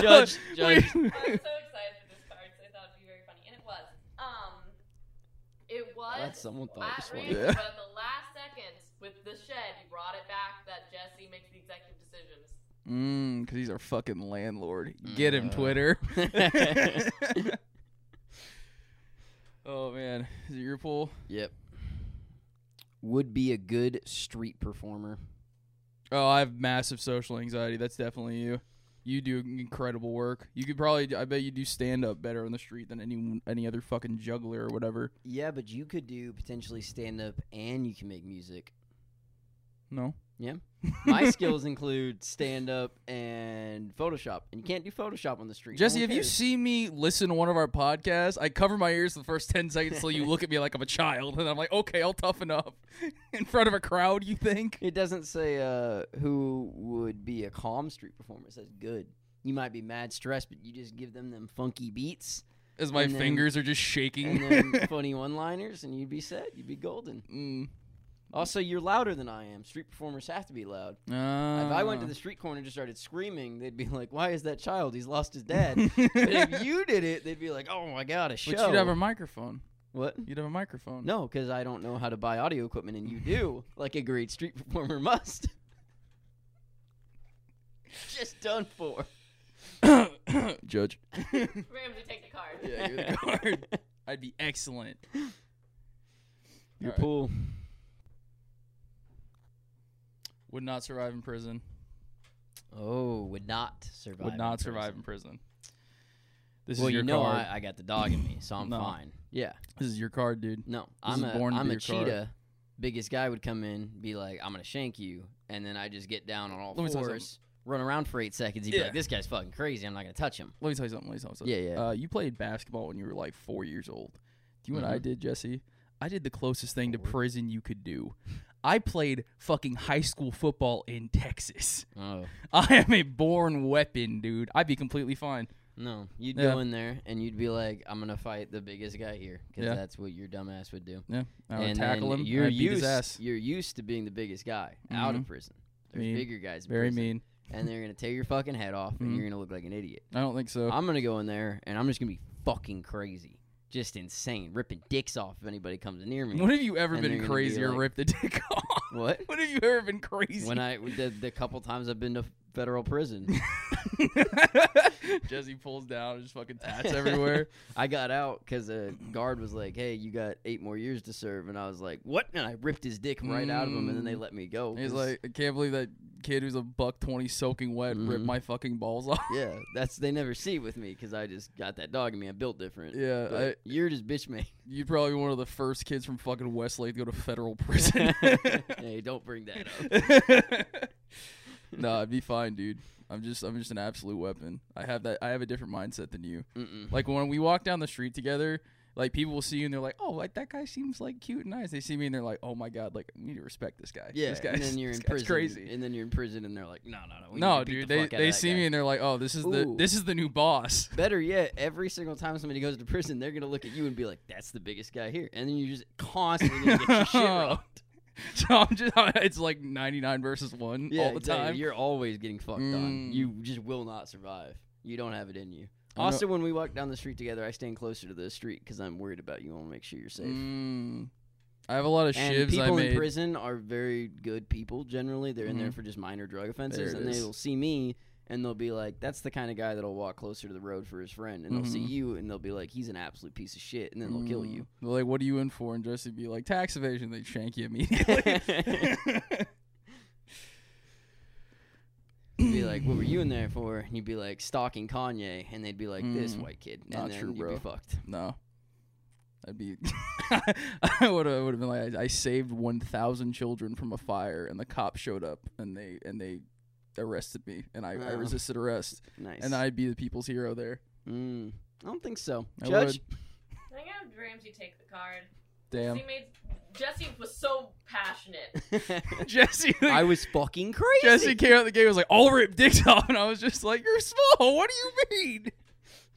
Speaker 3: Judge,
Speaker 1: we-
Speaker 3: judge.
Speaker 4: I'm so excited for this card because I thought it'd be very funny, and it was. Um, it was.
Speaker 3: Glad someone thought
Speaker 4: at
Speaker 3: this one.
Speaker 4: random,
Speaker 1: Yeah.
Speaker 4: but in the last seconds with the shed, he brought it back that Jesse makes the executive decisions.
Speaker 1: Mm, because he's our fucking landlord. Get him,
Speaker 3: Uh.
Speaker 1: Twitter. oh man, is it your pool?
Speaker 3: Yep. Would be a good street performer.
Speaker 1: Oh, I have massive social anxiety. That's definitely you. You do incredible work. You could probably, I bet you do stand up better on the street than any any other fucking juggler or whatever.
Speaker 3: Yeah, but you could do potentially stand up and you can make music.
Speaker 1: No.
Speaker 3: Yeah. My skills include stand up and Photoshop, and you can't do Photoshop on the street. No
Speaker 1: Jesse,
Speaker 3: one
Speaker 1: have you
Speaker 3: cares.
Speaker 1: seen me listen to one of our podcasts? I cover my ears for the first ten seconds till you look at me like I'm a child, and I'm like, okay, I'll toughen up in front of a crowd. You think?
Speaker 3: It doesn't say uh, who would be a calm street performer. It says good. You might be mad stressed, but you just give them them funky beats
Speaker 1: As my
Speaker 3: And then-
Speaker 1: fingers are just
Speaker 3: and
Speaker 1: shaking.
Speaker 3: then funny one liners, and you'd be set. You'd be golden.
Speaker 1: Mm.
Speaker 3: Also, you're louder than I am. Street performers have to be loud.
Speaker 1: Mm.
Speaker 3: If I
Speaker 1: Uh.
Speaker 3: went to the street corner and just started screaming, they'd be like, "Why is that child? He's lost his dad." but if you did it, they'd be like, "Oh my god, a show!"
Speaker 1: but you'd have a microphone.
Speaker 3: what?
Speaker 1: You'd have a microphone.
Speaker 3: No, because I don't know how to buy audio equipment, and you do, like a great street performer must. Just done for.
Speaker 1: Judge.
Speaker 4: Ramsey, take the card.
Speaker 1: Yeah, you're the guard. I'd be excellent.
Speaker 3: Your
Speaker 1: Alright.
Speaker 3: pool.
Speaker 1: Would not survive in prison.
Speaker 3: Oh, would not survive.
Speaker 1: would
Speaker 3: in
Speaker 1: not
Speaker 3: prison.
Speaker 1: survive in prison. This
Speaker 3: well,
Speaker 1: is your
Speaker 3: you know,
Speaker 1: card.
Speaker 3: I, I got the dog in me, so I'm
Speaker 1: No.
Speaker 3: fine. Yeah.
Speaker 1: this is your card, dude.
Speaker 3: No, I'm
Speaker 1: is
Speaker 3: a
Speaker 1: born to
Speaker 3: am
Speaker 1: be
Speaker 3: a
Speaker 1: your card.
Speaker 3: cheetah. Biggest guy would come in, be like, "I'm gonna shank you," and then I just get down on all
Speaker 1: Let me tell you
Speaker 3: fours, run around for eight seconds. He'd be
Speaker 1: Yeah.
Speaker 3: like, "This guy's fucking crazy. I'm not gonna touch him."
Speaker 1: Let me tell you something. Let me tell you something.
Speaker 3: Yeah, yeah.
Speaker 1: Uh, you played basketball when you were like four years old. Do you know what
Speaker 3: Mm-hmm.
Speaker 1: I did, Jesse? I did the closest thing to prison you could do. I played fucking high school football in Texas.
Speaker 3: Oh
Speaker 1: I am a born weapon, dude. I'd be completely fine.
Speaker 3: no, you'd
Speaker 1: Yeah.
Speaker 3: go in there and you'd be like, "I'm gonna fight the biggest guy here," because
Speaker 1: Yeah.
Speaker 3: that's what your dumbass would do.
Speaker 1: Yeah, I would
Speaker 3: and
Speaker 1: Oh, tackle
Speaker 3: then
Speaker 1: him.
Speaker 3: You're
Speaker 1: I'd beat
Speaker 3: used,
Speaker 1: his ass. Mm-hmm.
Speaker 3: You're used to being the biggest guy out of prison. There's
Speaker 1: Mean.
Speaker 3: bigger guys. in
Speaker 1: Very
Speaker 3: prison,
Speaker 1: mean.
Speaker 3: And they're gonna tear your fucking head off,
Speaker 1: Mhm.
Speaker 3: and you're gonna look like an idiot.
Speaker 1: I don't think so.
Speaker 3: I'm gonna go in there and I'm just gonna be fucking crazy, just insane, ripping dicks off if anybody comes near me.
Speaker 1: When have you ever
Speaker 3: And they're
Speaker 1: been
Speaker 3: gonna be
Speaker 1: crazy or
Speaker 3: like-
Speaker 1: ripped a dick off?
Speaker 3: What?
Speaker 1: When have you ever been crazy?
Speaker 3: When I the, the couple times I've been to federal prison,
Speaker 1: Jesse pulls down and just fucking tats everywhere.
Speaker 3: I got out because the guard was like, "Hey, you got eight more years to serve," and I was like, "What?" And I ripped his dick right out of him, and then they
Speaker 1: Mm.
Speaker 3: let me go.
Speaker 1: He's
Speaker 3: 'cause-
Speaker 1: like, I can't believe that kid who's a buck twenty soaking wet ripped
Speaker 3: Mhm.
Speaker 1: my fucking balls off.
Speaker 3: "Yeah, that's they never see with me because I just got that dog in me. I'm built different."
Speaker 1: Yeah,
Speaker 3: But
Speaker 1: I,
Speaker 3: you're just bitch made.
Speaker 1: you'd probably be one of the first kids from fucking Westlake to go to federal prison.
Speaker 3: hey, don't bring that up.
Speaker 1: no, I'd be fine, dude. I'm just I'm just an absolute weapon. I have that I have a different mindset than you.
Speaker 3: Mm-mm.
Speaker 1: Like when we walk down the street together, like people will see you and they're like, "Oh, like that guy seems like cute and nice." They see me and they're like, "Oh my god, like we need to respect this guy."
Speaker 3: Yeah,
Speaker 1: this guy's,
Speaker 3: and then you're
Speaker 1: this
Speaker 3: in
Speaker 1: guy's
Speaker 3: prison.
Speaker 1: crazy.
Speaker 3: And then you're in prison, and they're like, "No, no, no." we need
Speaker 1: no,
Speaker 3: to beat
Speaker 1: dude,
Speaker 3: the
Speaker 1: they
Speaker 3: fuck outta
Speaker 1: they
Speaker 3: that
Speaker 1: see
Speaker 3: guy."
Speaker 1: me and they're like, "Oh, this is the
Speaker 3: Ooh.
Speaker 1: this is the new boss."
Speaker 3: Better yet, every single time somebody goes to prison, they're gonna look at you and be like, "That's the biggest guy here," and then you just constantly gonna get your shit rocked.
Speaker 1: So I'm just it's like 99 versus 1
Speaker 3: Yeah,
Speaker 1: all the
Speaker 3: exactly.
Speaker 1: time.
Speaker 3: You're always getting fucked on.
Speaker 1: Mm.
Speaker 3: You just will not survive. You don't have it in you.
Speaker 1: I know-
Speaker 3: Also, when we walk down the street together, I stand closer to the street because I'm worried about you. I want to make sure you're safe.
Speaker 1: Mm. I have a lot of
Speaker 3: And
Speaker 1: shivs I
Speaker 3: people in
Speaker 1: made. Mm-hmm.
Speaker 3: prison are very good people. Generally, they're in there for just minor drug offenses,
Speaker 1: it
Speaker 3: and
Speaker 1: is.
Speaker 3: they'll see me and they'll be like, "That's the kind of guy that'll walk closer to the road for his friend," and they'll see
Speaker 1: Mhm.
Speaker 3: you and they'll be like, "He's an absolute piece of shit," and then they'll kill you.
Speaker 1: Mm. They're like, "What are you in for?" And Jesse be like, "Tax evasion." They shank you immediately. Mm.
Speaker 3: You'd be like, "What were you in there for?" And you'd be like, "Stalking Kanye," and they'd be like, "This
Speaker 1: Mm,
Speaker 3: white kid." And
Speaker 1: not
Speaker 3: then
Speaker 1: true,
Speaker 3: you'd
Speaker 1: bro.
Speaker 3: be fucked.
Speaker 1: no, I'd be. I would have would have been like, I, I saved 1,000 children from a fire, and the cops showed up, and they and they arrested me, and I, I
Speaker 3: Wow.
Speaker 1: resisted arrest,
Speaker 3: Nice.
Speaker 1: and I'd be the people's hero there.
Speaker 3: Mm, I don't think so.
Speaker 1: I
Speaker 3: Judge.
Speaker 4: I think I have Ramsey take the card.
Speaker 1: Damn,
Speaker 4: He made Jesse was so passionate.
Speaker 1: Jesse.
Speaker 3: I was fucking crazy.
Speaker 1: Jesse came out the game was like, "I'll rip dicks off," and I was just like, "You're small. What do you mean?"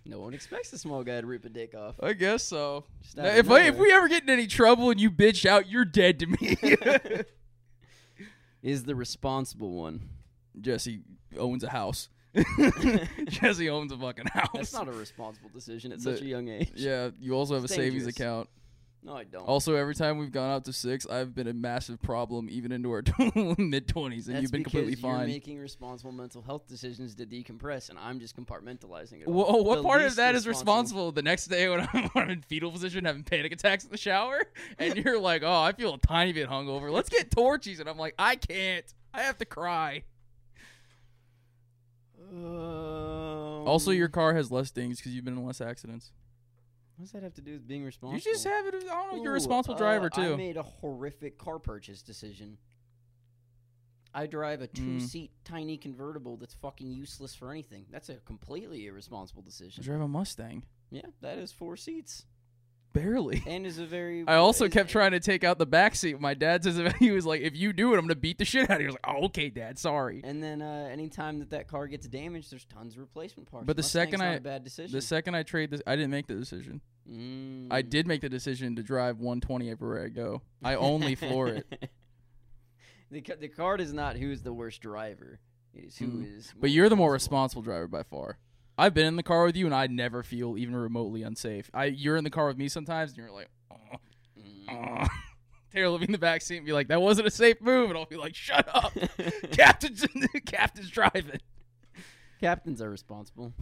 Speaker 3: No one expects a small guy to rip a dick off.
Speaker 1: I guess so.
Speaker 3: Just
Speaker 1: Now,
Speaker 3: out of
Speaker 1: if I, if
Speaker 3: nowhere.
Speaker 1: we ever get in any trouble and you bitch out, you're dead to me.
Speaker 3: is the responsible one.
Speaker 1: Jesse owns a house. Jesse owns a fucking house.
Speaker 3: That's not a responsible decision at
Speaker 1: The-
Speaker 3: such a young age.
Speaker 1: yeah, Oh, you also have a
Speaker 3: It's
Speaker 1: savings
Speaker 3: dangerous.
Speaker 1: account.
Speaker 3: No, I don't.
Speaker 1: Also, every time we've gone out to six, I've been a massive problem, even into our mid twenties, and
Speaker 3: That's
Speaker 1: you've been
Speaker 3: because
Speaker 1: completely
Speaker 3: You're
Speaker 1: fine.
Speaker 3: making responsible mental health decisions to decompress, and I'm just compartmentalizing it. all.
Speaker 1: Whoa, what
Speaker 3: The
Speaker 1: part of
Speaker 3: least
Speaker 1: that is responsible? The next day when I'm, when I'm in fetal position having panic attacks in the shower, and you're like, "Oh, I feel a tiny bit hungover. Let's get torchies," and I'm like, "I can't. I have to cry."
Speaker 3: Um,
Speaker 1: Also, your car has less dings because you've been in less accidents.
Speaker 3: What does that have to do with being responsible?
Speaker 1: You just have it. I don't know. You're a
Speaker 3: Ooh,
Speaker 1: responsible
Speaker 3: uh,
Speaker 1: driver
Speaker 3: I
Speaker 1: too.
Speaker 3: made a horrific car purchase decision. I drive a
Speaker 1: Mm.
Speaker 3: two-seat tiny convertible that's fucking useless for anything. That's a completely irresponsible
Speaker 1: I
Speaker 3: decision.
Speaker 1: drive a Mustang.
Speaker 3: Yeah, that is four seats
Speaker 1: Barely.
Speaker 3: and is a very.
Speaker 1: I also
Speaker 3: is-
Speaker 1: kept trying to take out the back seat. My dad says he was like, "If you do it, I'm gonna beat the shit out of you." I was like, "Oh, okay, dad. Sorry."
Speaker 3: And then uh, anytime that that car gets damaged, there's tons of replacement parts.
Speaker 1: But the
Speaker 3: Mustang's
Speaker 1: second
Speaker 3: not
Speaker 1: I-
Speaker 3: a bad decision.
Speaker 1: The second I trade this, I didn't make the decision.
Speaker 3: Mm.
Speaker 1: I did make the decision to drive 120 everywhere I go. I only floor it.
Speaker 3: the ca- the card is not who's the worst driver. It is who is.
Speaker 1: Mm. But you're the more
Speaker 3: responsible.
Speaker 1: responsible driver by far. I've been in the car with you, and I never feel even remotely unsafe. I you're in the car with me sometimes, and you're like, "Oh, oh." Taylor will be in the back seat and be like, "That wasn't a safe move," and I'll be like, "Shut up,
Speaker 3: Mm.
Speaker 1: captain's captain's driving."
Speaker 3: Captains are responsible.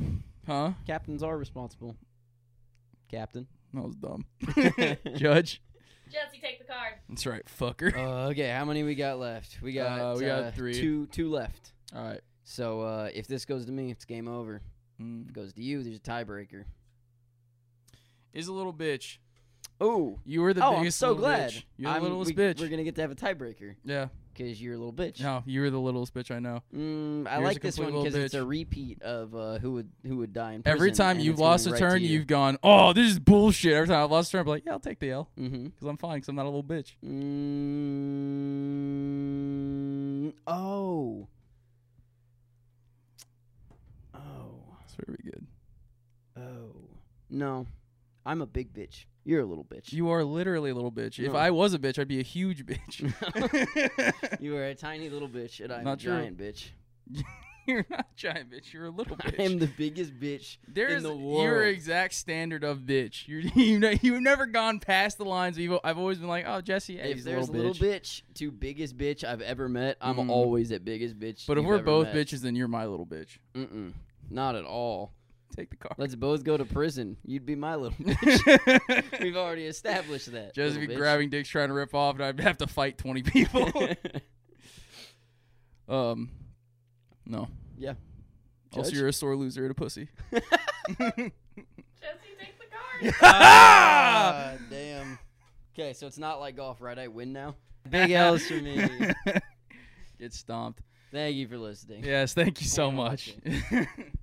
Speaker 1: Huh?
Speaker 3: Captains are responsible. Captain.
Speaker 1: That was dumb. Judge.
Speaker 4: Jesse take the card.
Speaker 1: That's right, fucker.
Speaker 3: Uh, okay, how many we got left? We got
Speaker 1: Uh, we got three.
Speaker 3: two two left.
Speaker 1: All right.
Speaker 3: So uh, if this goes to me, it's game over. If
Speaker 1: Mm.
Speaker 3: it goes to you, there's a tiebreaker.
Speaker 1: Is a little bitch.
Speaker 3: Ooh.
Speaker 1: You were the
Speaker 3: oh, I'm
Speaker 1: biggest
Speaker 3: so
Speaker 1: little
Speaker 3: glad.
Speaker 1: bitch. You're the
Speaker 3: I'm-
Speaker 1: littlest
Speaker 3: we,
Speaker 1: bitch.
Speaker 3: We're gonna get to have a tiebreaker
Speaker 1: yeah.
Speaker 3: because you're a little bitch.
Speaker 1: No, you were the littlest bitch I know.
Speaker 3: Mm, I
Speaker 1: Yours
Speaker 3: like
Speaker 1: a
Speaker 3: this
Speaker 1: complete
Speaker 3: one
Speaker 1: little
Speaker 3: because it's
Speaker 1: bitch.
Speaker 3: a repeat of uh, who would who would die in prison.
Speaker 1: Every time
Speaker 3: and
Speaker 1: you've
Speaker 3: it's going
Speaker 1: lost a
Speaker 3: right
Speaker 1: turn,
Speaker 3: to
Speaker 1: you.
Speaker 3: you.
Speaker 1: have gone, "Oh, this is bullshit." Every time I've lost a turn, I'm like, "Yeah, I'll take the L
Speaker 3: Mm-hmm.
Speaker 1: because I'm fine because I'm not a little bitch."
Speaker 3: Mm, oh. Oh.
Speaker 1: That's very good.
Speaker 3: Oh. No. I'm a big bitch. You're a little bitch.
Speaker 1: You are literally a little bitch. If
Speaker 3: No.
Speaker 1: I was a bitch, I'd be a huge bitch.
Speaker 3: You are a tiny little bitch, and I'm
Speaker 1: Not
Speaker 3: a
Speaker 1: true.
Speaker 3: giant bitch.
Speaker 1: you're not a giant bitch. You're a little bitch.
Speaker 3: I am the biggest bitch.
Speaker 1: There
Speaker 3: in
Speaker 1: is
Speaker 3: the
Speaker 1: your
Speaker 3: world.
Speaker 1: exact standard of bitch. You're, you know, you've never gone past the lines. You've, I've always been like, oh, Jesse, yeah,
Speaker 3: if
Speaker 1: he's a
Speaker 3: there's
Speaker 1: little
Speaker 3: a
Speaker 1: bitch.
Speaker 3: little bitch to biggest bitch I've ever met, I'm
Speaker 1: Mm.
Speaker 3: always at biggest bitch.
Speaker 1: but if
Speaker 3: you've
Speaker 1: we're
Speaker 3: ever
Speaker 1: both
Speaker 3: met.
Speaker 1: bitches, then you're my little bitch.
Speaker 3: Mm-mm. Not at all.
Speaker 1: Take the car.
Speaker 3: Let's both go to prison. You'd be my little bitch.
Speaker 1: Jesse
Speaker 3: We've already established that.
Speaker 1: be
Speaker 3: little bitch.
Speaker 1: grabbing dicks, trying to rip off, and I'd have to fight 20 people. um, no.
Speaker 3: Yeah.
Speaker 1: Also,
Speaker 3: Judge?
Speaker 1: you're a sore loser at a pussy.
Speaker 4: Jesse, take the card.
Speaker 3: Ah, damn. Okay, so it's not like golf, right? I win now. Big L's for me.
Speaker 1: Get stomped.
Speaker 3: Thank you for listening.
Speaker 1: Yes, thank you so
Speaker 3: Damn,
Speaker 1: much.